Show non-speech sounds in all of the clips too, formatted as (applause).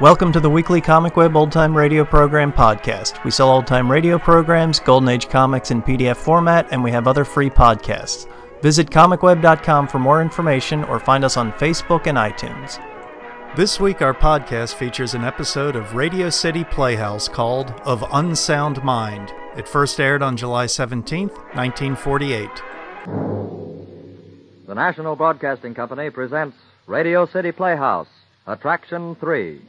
Welcome to the weekly Comic Web Old Time Radio Program podcast. We sell old time radio programs, Golden Age comics in PDF format, and we have other free podcasts. Visit comicweb.com for more information or find us on Facebook and iTunes. This week, our podcast features an episode of Radio City Playhouse called Of Unsound Mind. It first aired on July 17, 1948. The National Broadcasting Company presents Radio City Playhouse, Attraction 3.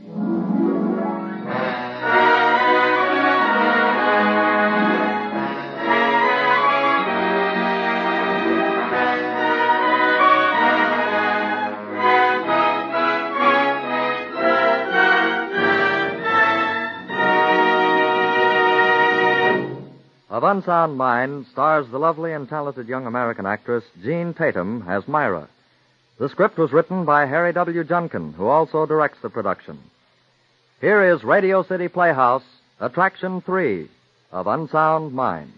Of Unsound Mind stars the lovely and talented young American actress Jean Tatum as Myra. The script was written by Harry W. Junkin, who also directs the production. Here is Radio City Playhouse, Attraction 3 of Unsound Mind.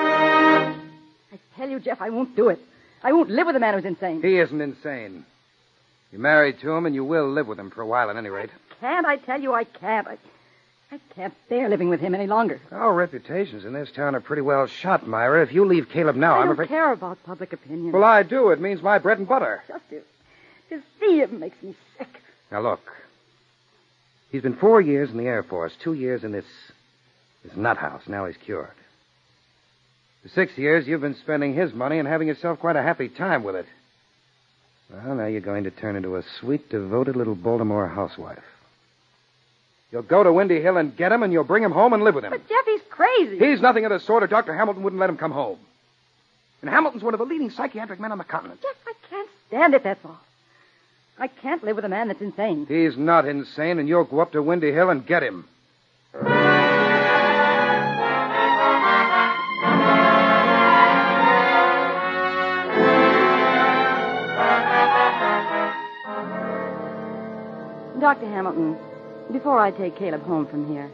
I tell you, Jeff, I won't do it. I won't live with a man who's insane. He isn't insane. You're married to him, and you will live with him for a while, at any rate. Can't I tell you I can't? I, I can't bear living with him any longer. Our reputations in this town are pretty well shot, Myra. If you leave Caleb now, I am don't afraid. care about public opinion. Well, I do. It means my bread and butter. just to, to see him makes me sick. Now look. He's been four years in the Air Force, two years in this this nut house. Now he's cured. For six years, you've been spending his money and having yourself quite a happy time with it. Well, now you're going to turn into a sweet, devoted little Baltimore housewife. You'll go to Windy Hill and get him, and you'll bring him home and live with him. But Jeff, he's crazy. He's nothing of the sort, or Dr. Hamilton wouldn't let him come home. And Hamilton's one of the leading psychiatric men on the continent. Jeff, I can't stand it. That's all. I can't live with a man that's insane. He's not insane, and you'll go up to Windy Hill and get him. Doctor Hamilton, before I take Caleb home from here,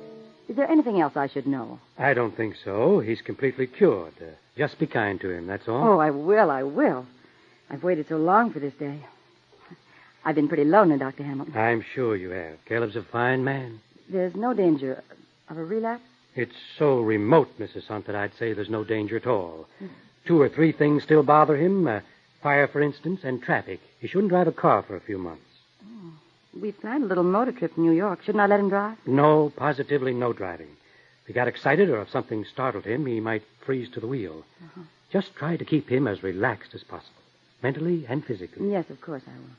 is there anything else I should know? I don't think so. He's completely cured. Uh, just be kind to him, that's all. Oh, I will. I will. I've waited so long for this day. I've been pretty lonely, Doctor Hamilton. I'm sure you have. Caleb's a fine man. There's no danger of a relapse. It's so remote, Mrs. Hunt, that I'd say there's no danger at all. Two or three things still bother him uh, fire, for instance, and traffic. He shouldn't drive a car for a few months. We planned a little motor trip to New York. Shouldn't I let him drive? No, positively no driving. If he got excited or if something startled him, he might freeze to the wheel. Just try to keep him as relaxed as possible, mentally and physically. Yes, of course I will.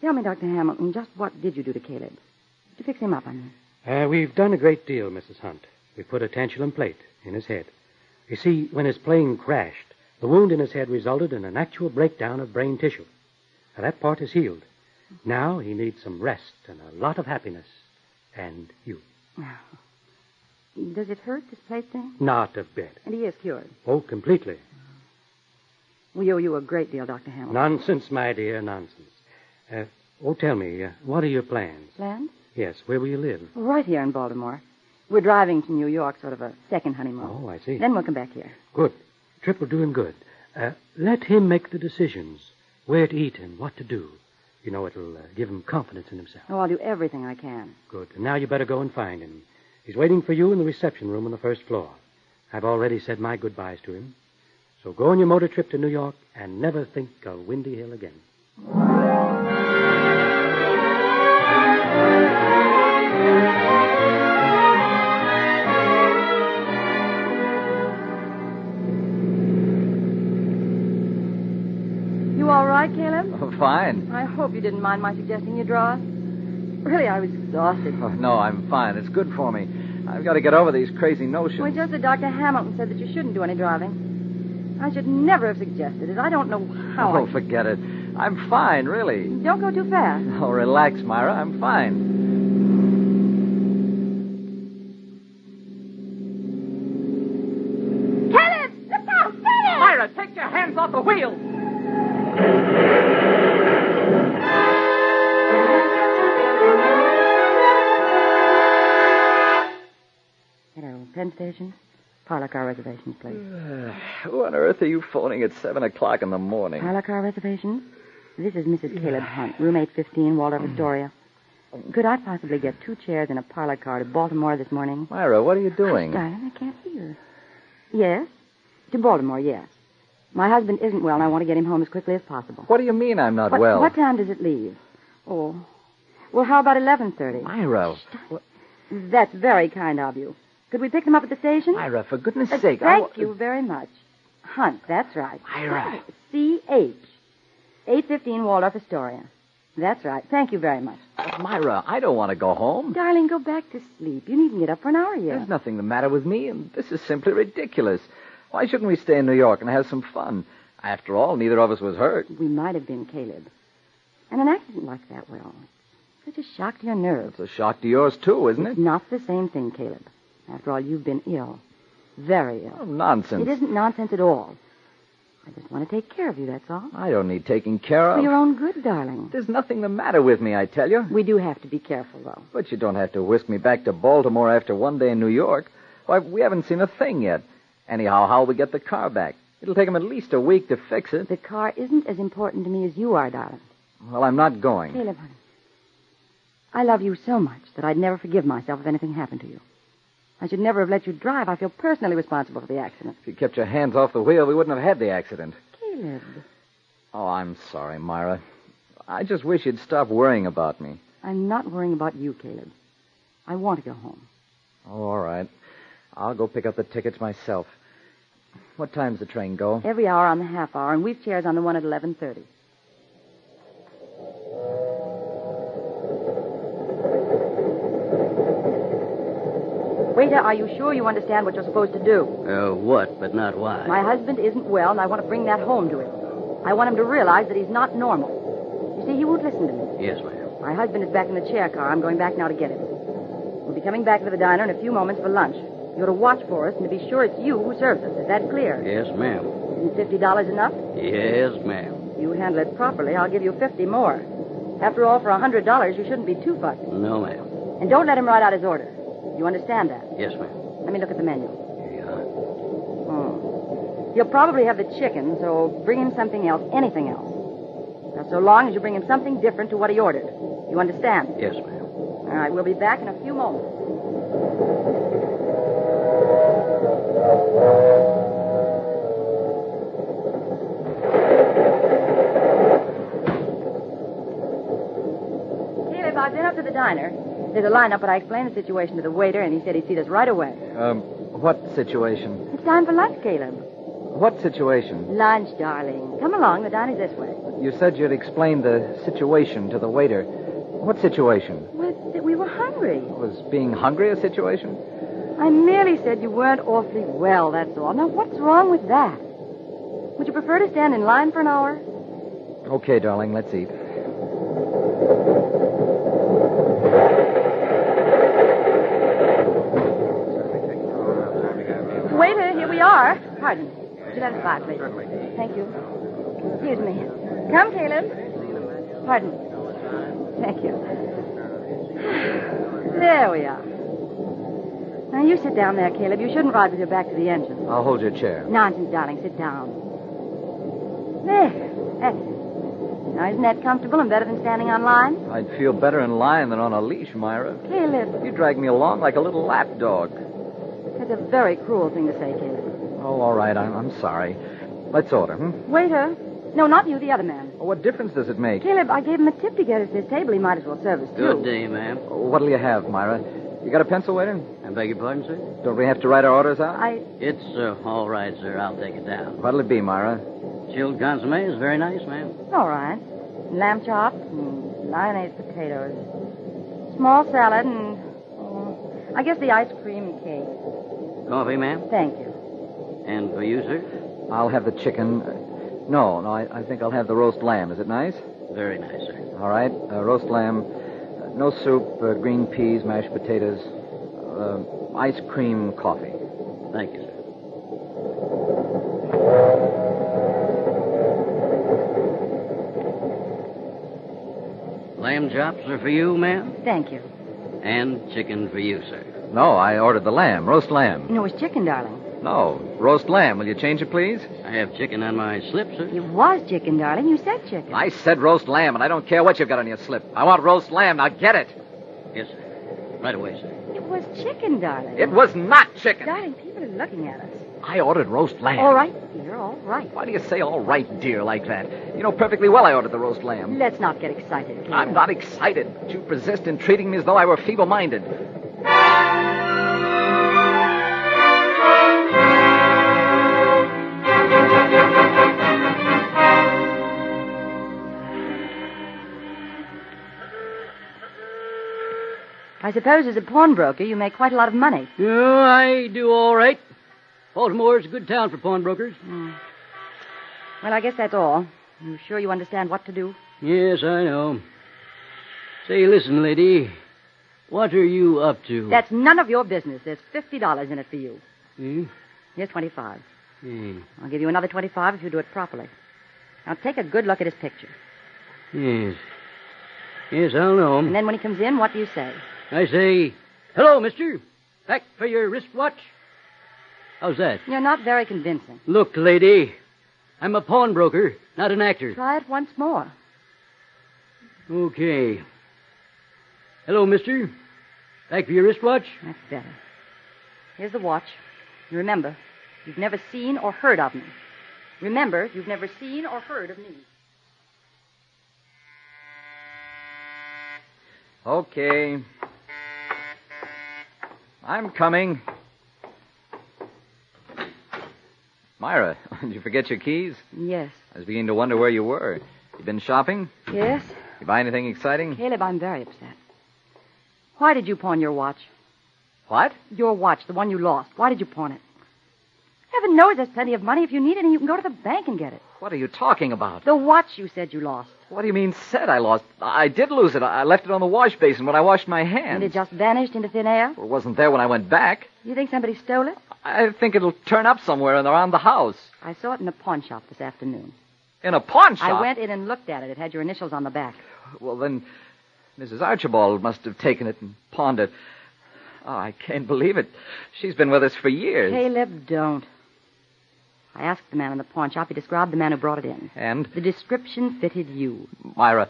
Tell me, Dr. Hamilton, just what did you do to Caleb? To fix him up, I mean. Uh, we've done a great deal, Mrs. Hunt. We put a tantalum plate in his head. You see, when his plane crashed, the wound in his head resulted in an actual breakdown of brain tissue. Now, that part is healed. Now he needs some rest and a lot of happiness. And you. Does it hurt, this plate thing? Not a bit. And he is cured. Oh, completely. We owe you a great deal, Dr. Hamilton. Nonsense, my dear, nonsense. Uh, oh, tell me, uh, what are your plans? Plans? Yes, where will you live? Right here in Baltimore. We're driving to New York, sort of a second honeymoon. Oh, I see. Then we'll come back here. Good. Trip will do him good. Uh, let him make the decisions where to eat and what to do. You know, it'll uh, give him confidence in himself. Oh, I'll do everything I can. Good. And now you better go and find him. He's waiting for you in the reception room on the first floor. I've already said my goodbyes to him. So go on your motor trip to New York and never think of Windy Hill again. You all right, (laughs) Caleb? Fine. I hope you didn't mind my suggesting you draw us. Really, I was exhausted. Oh, no, I'm fine. It's good for me. I've got to get over these crazy Well, notions. just that Dr. Hamilton said that you shouldn't do any driving. I should never have suggested it. I don't know how. Oh, forget it. I'm fine, really. I... Don't go too fast. (laughs) Oh, relax, Myra. I'm fine. Caleb! Look out! Caleb! Myra, take your hands off the wheel. reservations? Parlor reservations, please. Who on earth are you phoning at 7 o'clock in the morning? Parlor reservations? This is Mrs. Caleb Hunt, roommate 15, Waldorf Astoria. Could I possibly get two chairs and a parlor car to Baltimore this morning? Myra, what are you doing? Diane, I can't hear. Yes? To Baltimore, yes. My husband isn't well, and I want to get him home as quickly as possible. What do you mean I'm not What, well? what time does it leave? Oh. Well, how about 11.30? Myra. What- That's very kind of you. Could we pick them up at the station? Myra, for goodness Uh, sake. I Thank wa- you very much. Hunt, that's right. Myra. C.H. 815 Waldorf Astoria. That's right. Thank you very much. Uh, Myra, I don't want to go home. Darling, go back to sleep. You needn't get up for an hour yet. There's nothing the matter with me, and this is simply ridiculous. Why shouldn't we stay in New York and have some fun? After all, neither of us was hurt. We might have been Caleb. And an accident like that, well, such a shock to your nerves. It's a shock to yours, too, isn't it? It's not the same thing, Caleb. After all, you've been ill. Very Oh, ill. nonsense. It isn't nonsense at all. I just want to take care of you, that's all. I don't need taking care For of. your own good, darling. There's nothing the matter with me, I tell you. We do have to be careful, though. But you don't have to whisk me back to Baltimore after one day in New York. Why, we haven't seen a thing yet. Anyhow, how'll we get the car back? It'll take 'em at least a week to fix it. The car isn't as important to me as you are, darling. Well, I'm not going. Caleb, honey. I love you so much that I'd never forgive myself if anything happened to you. I should never have let you drive. I feel personally responsible for the accident. If you kept your hands off the wheel, we wouldn't have had the accident. Caleb. Oh, I'm sorry, Myra. I just wish you'd stop worrying about me. I'm not worrying about you, Caleb. I want to go home. Oh, all right. I'll go pick up the tickets myself. What time's the train go? Every hour on the half hour, and we've chairs on the one at 11.30. Waiter, are you sure you understand what you're supposed to do? Uh, what, but not why? My husband isn't well, and I want to bring that home to him. I want him to realize that he's not normal. You see, he won't listen to me. Yes, ma'am. My husband is back in the chair car. I'm going back now to get him. We'll be coming back to the diner in a few moments for lunch. You're to watch for us and to be sure it's you who serves us. Is that clear? Yes, ma'am. Isn't fifty dollars enough? Yes, ma'am. You handle it properly, I'll give you fifty more. After all, for a hundred dollars, you shouldn't be too fussy. No, ma'am. And don't let him write out his order. You understand that? Yes, ma'am. Let me look at the menu. Here you are. Oh. You'll probably have the chicken, so bring him something else, anything else. Now, so long as you bring him something different to what he ordered. You understand? Yes, ma'am. All right, we'll be back in a few moments. Caleb, I've been up to the diner. There's a lineup, but I explained the situation to the waiter, and he said he'd see us right away. Um, what situation? It's time for lunch, Caleb. What situation? Lunch, darling. Come along. The diner's this way. You said you'd explain the situation to the waiter. What situation? Well, we were hungry. Was being hungry a situation? I merely said you weren't awfully well, that's all. Now, what's wrong with that? Would you prefer to stand in line for an hour? Okay, darling, let's eat. Waiter, here we are. Pardon. Would you let us by, please? Thank you. Excuse me. Come, Caleb. Pardon. Thank you. There we are. Now, you sit down there, Caleb. You shouldn't ride with your back to the engine. I'll hold your chair. Nonsense, darling. Sit down. There. That's it. Now, isn't that comfortable and better than standing on line? I'd feel better in line than on a leash, Myra. Caleb. You drag me along like a little lap dog. That's a very cruel thing to say, Caleb. Oh, all right, I'm, I'm sorry. Let's order. Hmm? Waiter. No, not you, the other man. What difference does it make? Caleb, I gave him a tip to get us this table. He might as well serve us, too. Good day, ma'am. What'll you have, Myra? You got a pencil, waiter? I beg your pardon, sir? Don't we have to write our orders out? I. It's uh, all right, sir. I'll take it down. What'll it be, Myra? Chilled consomme is very nice, ma'am. All right. Lamb chops and lyonnaise potatoes. Small salad and. oh, I guess the ice cream cake. Coffee, ma'am. Thank you. And for you, sir? I'll have the chicken. Uh, No, no, I, I think I'll have the roast lamb. Is it nice? Very nice, sir. All right, uh, roast lamb. Uh, no soup, uh, green peas, mashed potatoes, uh, ice cream, coffee. Thank you, sir. Lamb chops are for you, ma'am, Thank you. and chicken for you, sir. No, I ordered the lamb, roast lamb. No, it was chicken, darling. No, roast lamb. Will you change it, please? I have chicken on my slip, sir. It was chicken, darling. You said chicken. I said roast lamb, and I don't care what you've got on your slip. I want roast lamb. Now get it. Yes, sir. Right away, sir. It was chicken, darling. It was not chicken. Darling, people are looking at us. I ordered roast lamb. All right, dear, all right. Why do you say all right, dear, like that? You know perfectly well I ordered the roast lamb. Let's not get excited, Caleb. I'm not excited, but you persist in treating me as though I were feeble minded. I suppose as a pawnbroker, you make quite a lot of money. Yeah, I do all right. Baltimore's a good town for pawnbrokers. Well, I guess that's all. You sure you understand what to do? Yes, I know. Say, listen, lady. What are you up to? Hmm. That's none of your business. There's fifty dollars in it for you. Hmm? Here's twenty-five. Hmm. I'll give you another twenty-five if you do it properly. Now take a good look at his picture, Yes. Yes, I'll know. and then when he comes in, what do you say? I say, hello, mister. Back for your wristwatch? How's that? You're not very convincing. Look, lady, I'm a pawnbroker, not an actor. Try it once more. Okay. Hello, mister. Back for your wristwatch? That's better. Here's the watch. You remember, you've never seen or heard of me. Remember, you've never seen or heard of me. Okay. I'm coming. Myra, (laughs) did you forget your keys? Yes. I was beginning to wonder where you were. You been shopping? Yes? You buy anything exciting? Caleb, I'm very upset. Why did you pawn your watch? What? Your watch, the one you lost. Why did you pawn it? Heaven knows there's plenty of money. If you need any, you can go to the bank and get it. What are you talking about? The watch you said you lost. What do you mean said I lost? I did lose it. I left it on the wash basin when I washed my And hands. it just vanished into thin air. Well, it wasn't there when I went back. You think somebody stole it? I think it'll turn up somewhere and around the house. I saw it in the pawn shop this afternoon. In a pawn shop. I went in and looked at it. It had your initials on the back. Well, then, Mrs. Archibald must have taken it and pawned it. Oh, I can't believe it. She's been with us for years. Caleb, don't. I asked the man in the pawn shop. He described the man who brought it in. And, The description fitted you. Myra,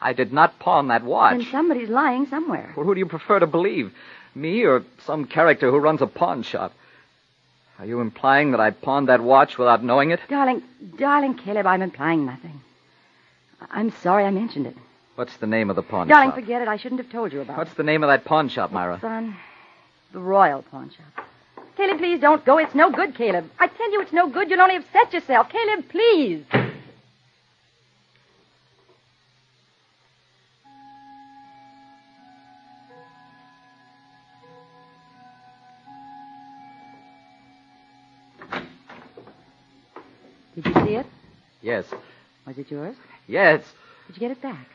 I did not pawn that watch. Then somebody's lying somewhere. Well, who do you prefer to believe? Me or some character who runs a pawn shop? Are you implying that I pawned that watch without knowing it? Darling, darling Caleb, I'm implying nothing. I- I'm sorry I mentioned it. What's the name of the pawn Darling, shop? forget it. I shouldn't have told you about What's the name of that pawn shop, Myra? it. Son, the Royal Pawn Shop. Caleb, please don't go. It's no good, Caleb. I tell you it's no good. You'll only upset yourself. Caleb, please. Did you see it? Yes. Was it yours? Yes. Did you get it back?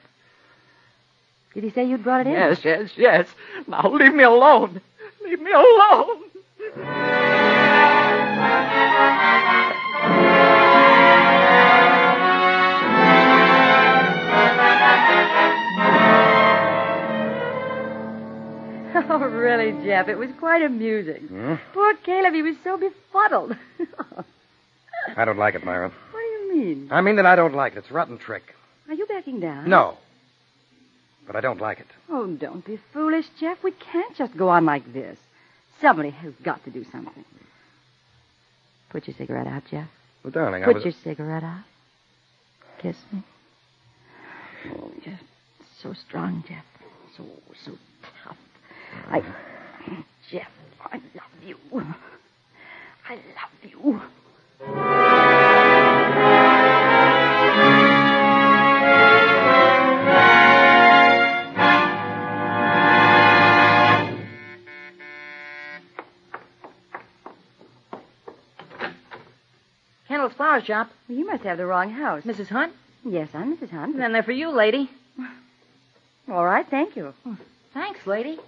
Did he say you'd brought it in? Yes, yes, yes. Now leave me alone. Leave me alone. (laughs) Oh, really, Jeff, it was quite amusing. Poor Caleb, he was so befuddled. (laughs) what I don't like it, Myra. do you mean? I mean that I don't like it. It's a rotten trick. Are you backing down? No. But I don't like it. Oh, don't be foolish, Jeff. We can't just go on like this. Somebody has got to do something. Put your cigarette out, Jeff. Well, darling, I Put was. your cigarette out. Kiss me. Oh, Jeff, so strong, Jeff. So, so tough. I, Jeff, I love you. I love you. Kendall's flower shop. You must have the wrong house. Mrs. Hunt? Yes, I'm Mrs. Hunt. Then they're for you, lady. All right, thank you. Thanks, lady.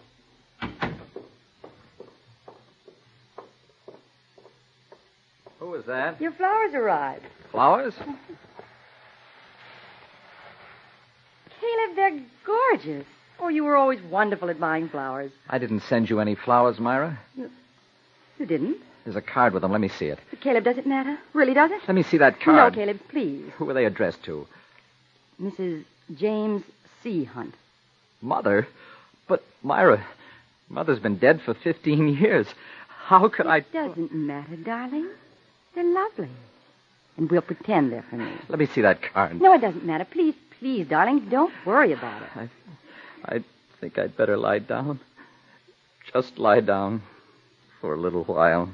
Who was that? Your flowers arrived. Flowers? Caleb, they're gorgeous. Oh, you were always wonderful at buying flowers. I didn't send you any flowers, Myra. You didn't. There's a card with them. Let me see it. But Caleb, does it matter? Really, does it? Let me see that No, card. Caleb, please. Who were they addressed to? Mrs. James C. Hunt. Mother? But, Myra, Mother's been dead for 15 (laughs) years. How could I. It doesn't matter, darling. They're lovely. And we'll pretend they're for me. Let me see that card. No, it doesn't matter. Please, please, darling, don't worry about it. I think I'd better lie down. Just lie down for a little while.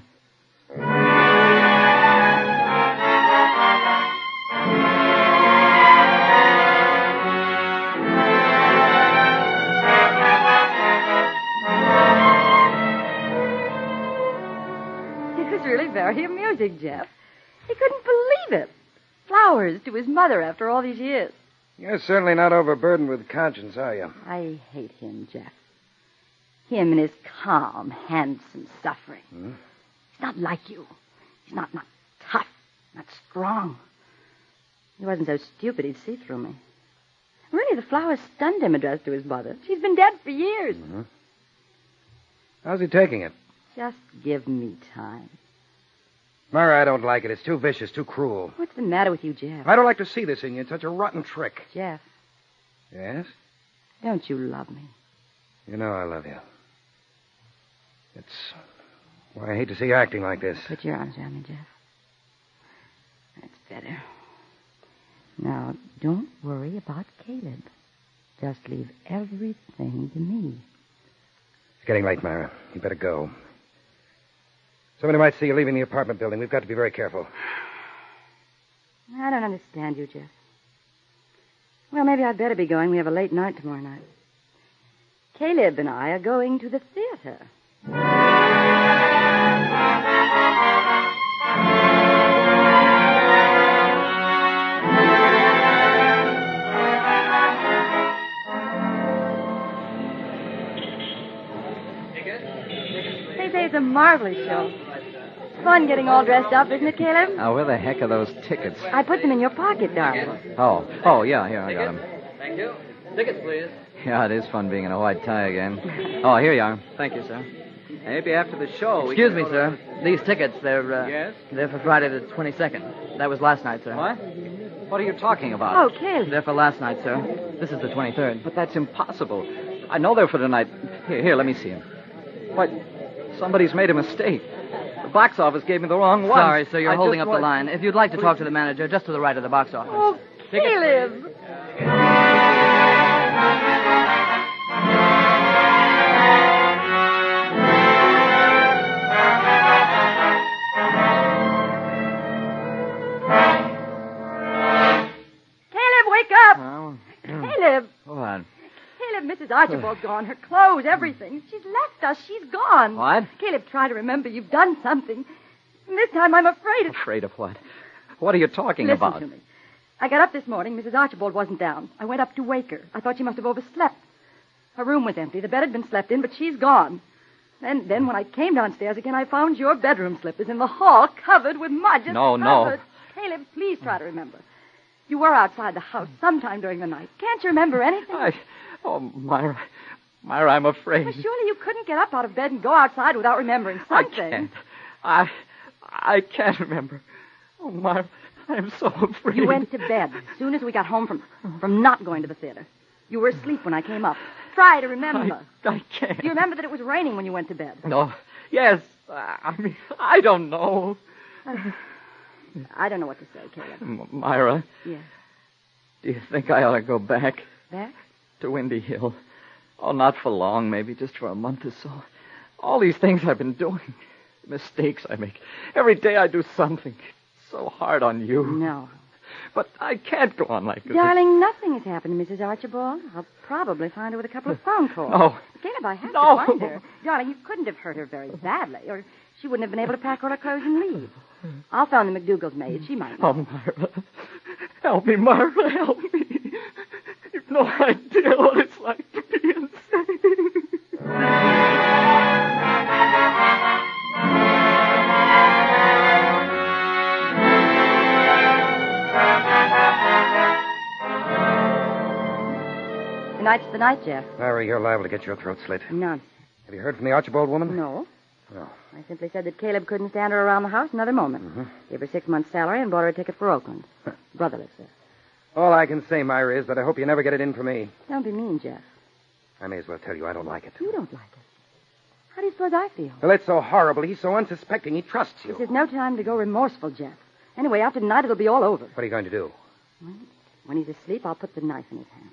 It was really very amusing, Jeff. He couldn't believe it. Flowers to his mother after all these years. You're certainly not overburdened with conscience, are you? I hate him, Jeff. Him and his calm, handsome suffering. He's not like you. He's not, not tough, not strong. He wasn't so stupid he'd see through me. Really, the flowers stunned him addressed to his mother. She's been dead for years. How's he taking it? Just give me time. Myra, I don't like it. It's too vicious, too cruel. What's the matter with you, Jeff? I don't like to see this in you. It's such a rotten trick. Jeff, Yes? don't you love me? You know I love you. It's. Well, I hate to see you acting like this. Put your arms around me, Jeff. That's better. Now, don't worry about Caleb. Just leave everything to me. It's getting late, Myra. You better go. Somebody might see you leaving the apartment building. We've got to be very careful. I don't understand you, Jeff. Well, maybe I'd better be going. We have a late night tomorrow night. Caleb and I are going to the theater. They say it's a marvelous show. It's fun getting all dressed up, isn't it, Caleb? Now, where the heck are those tickets? I put them in your pocket, darling. Oh, oh, yeah, here, I got them. Thank you. Tickets, please. Yeah, it is fun being in a white tie again. Oh, here you are. Thank you, sir. Maybe after the show. Excuse me, sir. These tickets, they're, uh, Yes? they're for Friday the 22nd. That was last night, sir. What? What are you talking about? Oh, Caleb. They're for last night, sir. This is the 23rd. But that's impossible. I know they're for tonight. Here, here, let me see 'em. What? Somebody's made a mistake. The box office gave me the wrong one. Sorry, sir, you're I holding just up want- the line. If you'd like to talk to the manager, just to the right of the box office. Oh, Caleb. Caleb, wake up. Oh, Caleb. hold on. Caleb, Mrs. Archibald's gone. Her clothes, everything. She's left us. She's gone. What? Caleb, try to remember you've done something. And This time I'm afraid it's Afraid of what? What are you talking Listen about? to me. I got up this morning. Mrs. Archibald wasn't down. I went up to wake her. I thought she must have overslept. Her room was empty. The bed had been slept in, but she's gone. And then when I came downstairs again, I found your bedroom slippers in the hall covered with mud. Just No, no. covered. Caleb, please try to remember. You were outside the house sometime during the night. Can't you remember anything? I, oh, Myra. Myra, I'm afraid. Well, surely you couldn't get up out of bed and go outside without remembering I something. can't. I, I can't remember. Oh, Myra, I'm so afraid. You went to bed as soon as we got home from from not going to the theater. You were asleep when I came up. Try to remember. I, I can't. Do you remember that it was raining when you went to bed? No. Yes. I mean, I don't know. I don't know what to say, Caleb. M- Myra, Yes. do you think I ought to go back Back? to Windy Hill? Oh, not for long, maybe just for a month or so. All these things I've been doing, mistakes I make. Every day I do something. It's so hard on you. No. But I can't go on like this. Darling, nothing has happened to Mrs. Archibald. I'll probably find her with a couple of phone calls. No. Caleb, I have Oh. No. to find her. Darling, you couldn't have hurt her very badly, or she wouldn't have been able to pack all her clothes and leave. I'll phone the McDougal's maid. She might know. Oh, Myra. Help me, Myra. Help me. You've no idea what it's like to be insane. The Tonight's the night, Jeff. Myra, you're liable to get your throat slit. None. Have you heard from the Archibald woman? No. No. Oh. I simply said that Caleb couldn't stand her around the house another moment. Mm-hmm. Gave her six months' salary and bought her a ticket for Oakland. Brother lives there. All I can say, Myra, is that I hope you never get it in for me. Don't be mean, Jeff. I may as well tell you I don't like it. You don't like it. How do you suppose I feel? Well, it's so horrible. He's so unsuspecting. He trusts you. This is no time to go remorseful, Jeff. Anyway, after tonight it'll be all over. What are you going to do? When he's asleep, I'll put the knife in his hand.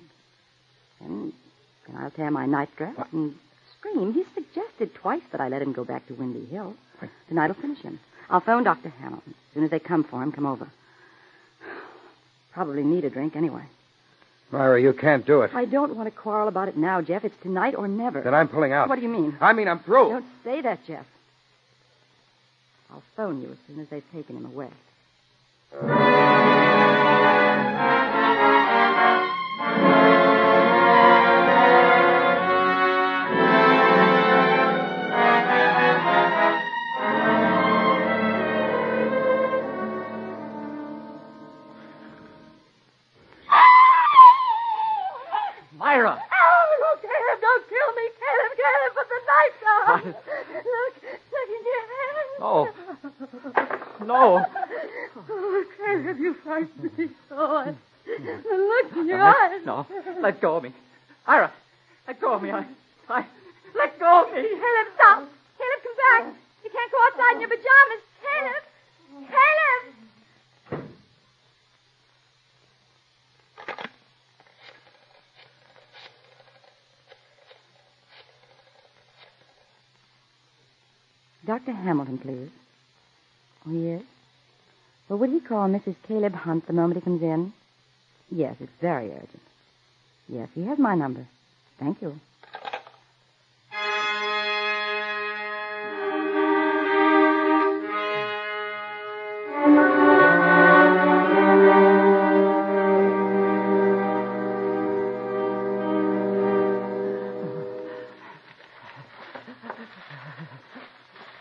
Then, then I'll tear my nightdress and scream. He suggested twice that I let him go back to Windy Hill. Tonight I'll finish him. I'll phone Dr. Hamilton. As soon as they come for him, come over. (sighs) Probably need a drink anyway. Myra, you can't do it. I don't want to quarrel about it now, Jeff. It's tonight or never. Then I'm pulling out. What do you mean? I mean, I'm through. Don't say that, Jeff. I'll phone you as soon as they've taken him away. Myra! Oh, Caleb, don't kill me. Caleb, Caleb, put the knife down. Look, look in Oh. your hand. No. Oh, Caleb, you frightened me so. I- The look in your Uh-huh. eyes. (laughs) No. Let go of me. Myra, let go of me. I, I, let go of me. Caleb, stop. Caleb, come back. You can't go outside in your pajamas. Caleb. Caleb. Dr. Hamilton, please. Oh, yes? Well, would he call Mrs. Caleb Hunt the moment he comes in? Yes, it's very urgent. Yes, he has my number. Thank you.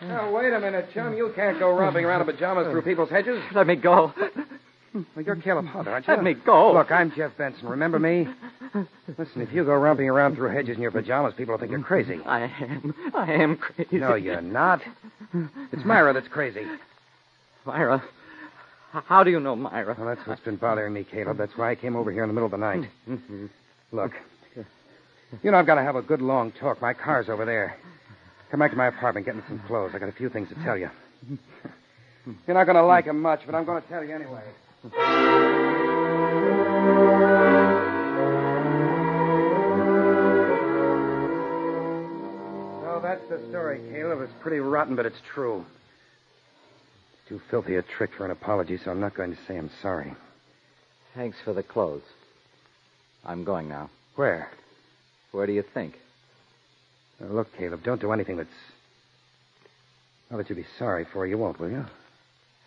Now, wait a minute, chum. You can't go romping around in pajamas through people's hedges. Let me go. Well, you're Caleb Hunt, aren't you? Let me go. Look, I'm Jeff Benson. Remember me? Listen, if you go romping around through hedges in your pajamas, people will think you're crazy. (laughs) I am. I am crazy. No, you're not. It's Myra that's crazy. Myra. h- How do you know Myra? Well, that's what's been bothering me, Caleb. That's why I came over here in the middle of the night. Look, you know I've got to have a good long talk. My car's over there. Come back to my apartment, get me some clothes. I got a few things to tell you. You're not going to like 'em much, but I'm going to tell you anyway. So Oh, that's the story, Caleb. It's pretty rotten, but it's true. Too filthy a trick for an apology, so I'm not going to say I'm sorry. Thanks for the clothes. I'm going now. Where? Where do you think? Now, look, Caleb, don't do anything that's. Well, that you'll be sorry for, you won't, will you?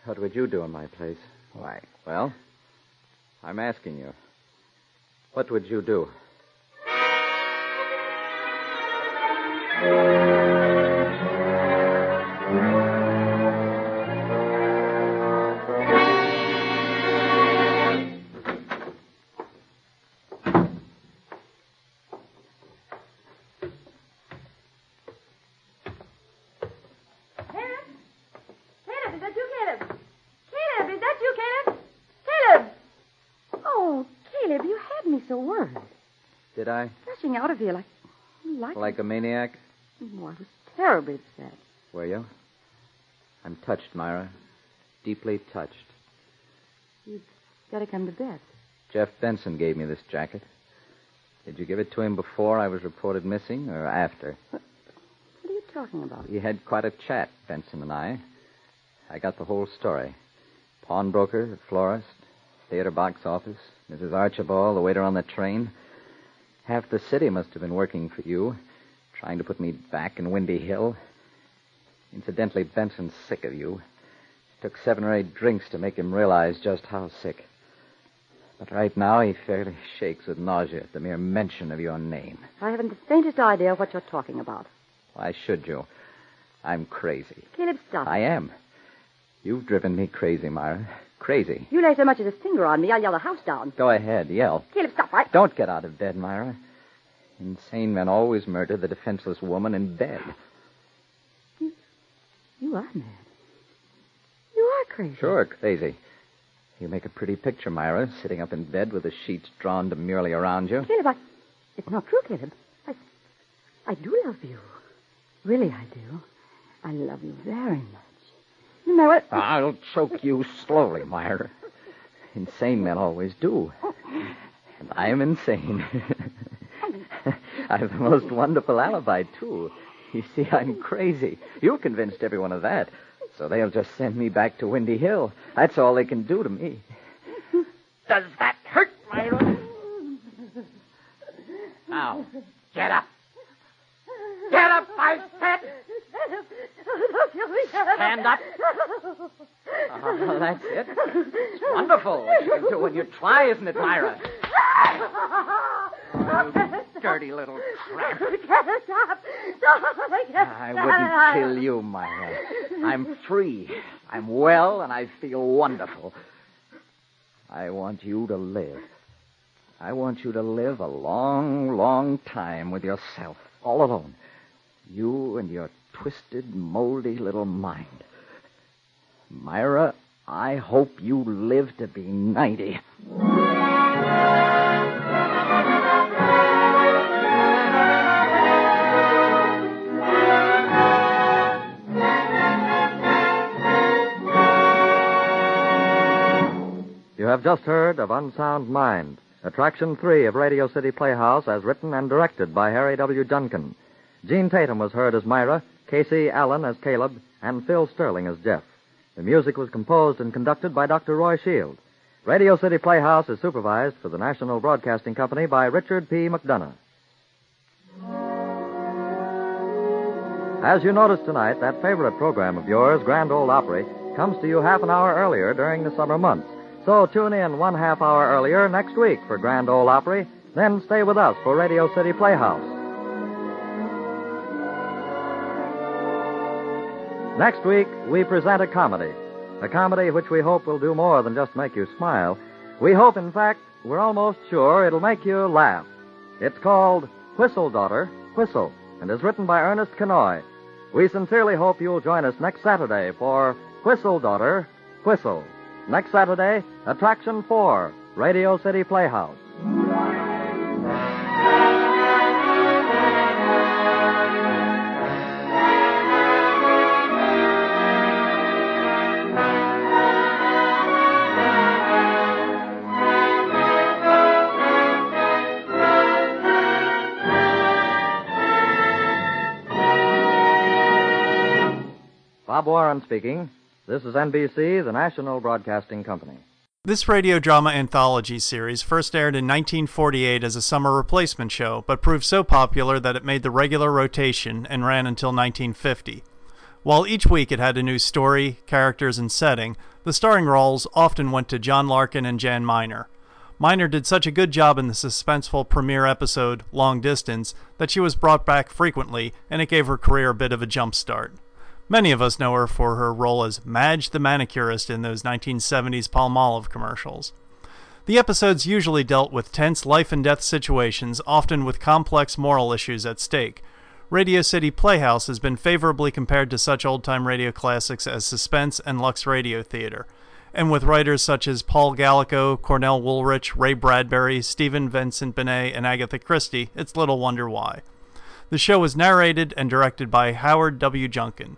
What would you do in my place? Why? Well, I'm asking you. What would you do? Caleb? Caleb, is that you, Caleb? Caleb, is that you, Caleb? Caleb! Oh, Caleb, you had me so worried. Did I? Rushing out of here like. Like. Like a maniac? Oh, I was terribly upset. Were you? I'm touched, Myra. Deeply touched. Gotta come to bed. Jeff Benson gave me this jacket. Did you give it to him before I was reported missing or after? What are you talking about? We had quite a chat, Benson and I. I got the whole story pawnbroker, florist, theater box office, Mrs. Archibald, the waiter on the train. Half the city must have been working for you, trying to put me back in Windy Hill. Incidentally, Benson's sick of you. took seven or eight drinks to make him realize just how sick. But right now, he fairly shakes with nausea at the mere mention of your name. I haven't the faintest idea what you're talking about. Why should you? I'm crazy. Caleb, stop. I am. You've driven me crazy, Myra. Crazy. You lay so much as a finger on me, I'll yell the house down. Go ahead, yell. Caleb, stop. I. Don't get out of bed, Myra. Insane men always murder the defenseless woman in bed. You are mad. You are crazy. Sure, crazy. You make a pretty picture, Myra, sitting up in bed with the sheets drawn demurely around you. Caleb, I... It's not true, Caleb. I... I do love you. Really, I do. I love you very much. You know it. I'll choke you slowly, Myra. Insane men always do. And I am insane. (laughs) I've the most wonderful alibi, too. You see, I'm crazy. You convinced everyone of that. So they'll just send me back to Windy Hill. That's all they can do to me. Does that hurt, Myra? Ow. Get up. Get up, I said. Don't kill me, Caleb. Stand up. Oh, that's it. It's wonderful what you can do when you try, isn't it, (laughs) Myra? Dirty little tramp. Caleb, stop. Don't. Caleb, I wouldn't kill you, Myra. I'm free. I'm well, and I feel wonderful. I want you to live. I want you to live a long, long time with yourself, all alone. You and your twisted, moldy little mind. Myra, I hope you live to be 90. You have just heard of Unsound Mind, Attraction 3 of Radio City Playhouse, as written and directed by Harry W. Duncan. Gene Tatum was heard as Myra, Casey Allen as Caleb, and Phil Sterling as Jeff. The music was composed and conducted by Dr. Roy Shield. Radio City Playhouse is supervised for the National Broadcasting Company by Richard P. McDonough. As you noticed tonight, that favorite program of yours, Grand Ole Opry, comes to you half an hour earlier during the summer months. So tune in one half hour earlier next week for Grand Ole Opry, then stay with us for Radio City Playhouse. Next week, we present a comedy. A comedy which we hope will do more than just make you smile. We hope, in fact, we're almost sure it'll make you laugh. It's called Whistle Daughter, Whistle, and is written by Ernest Kenoy. We sincerely hope you'll join us next Saturday for Whistle Daughter, Whistle. Next Saturday, Attraction 4, Radio City Playhouse. Bob Warren speaking. This is NBC, the national broadcasting company. This radio drama anthology series first aired in 1948 as a summer replacement show, but proved so popular that it made the regular rotation and ran until 1950. While each week it had a new story, characters, and setting, the starring roles often went to John Larkin and Jan Miner. Miner did such a good job in the suspenseful premiere episode, Long Distance, that she was brought back frequently, and it gave her career a bit of a jump start. Many of us know her for her role as Madge the manicurist in those 1970s Palmolive commercials. The episodes usually dealt with tense life and death situations, often with complex moral issues at stake. Radio City Playhouse has been favorably compared to such old time radio classics as Suspense and Lux Radio Theater. And with writers such as Paul Gallico, Cornell Woolrich, Ray Bradbury, Stephen Vincent Benet, and Agatha Christie, it's little wonder why. The show was narrated and directed by Howard W. Junkin.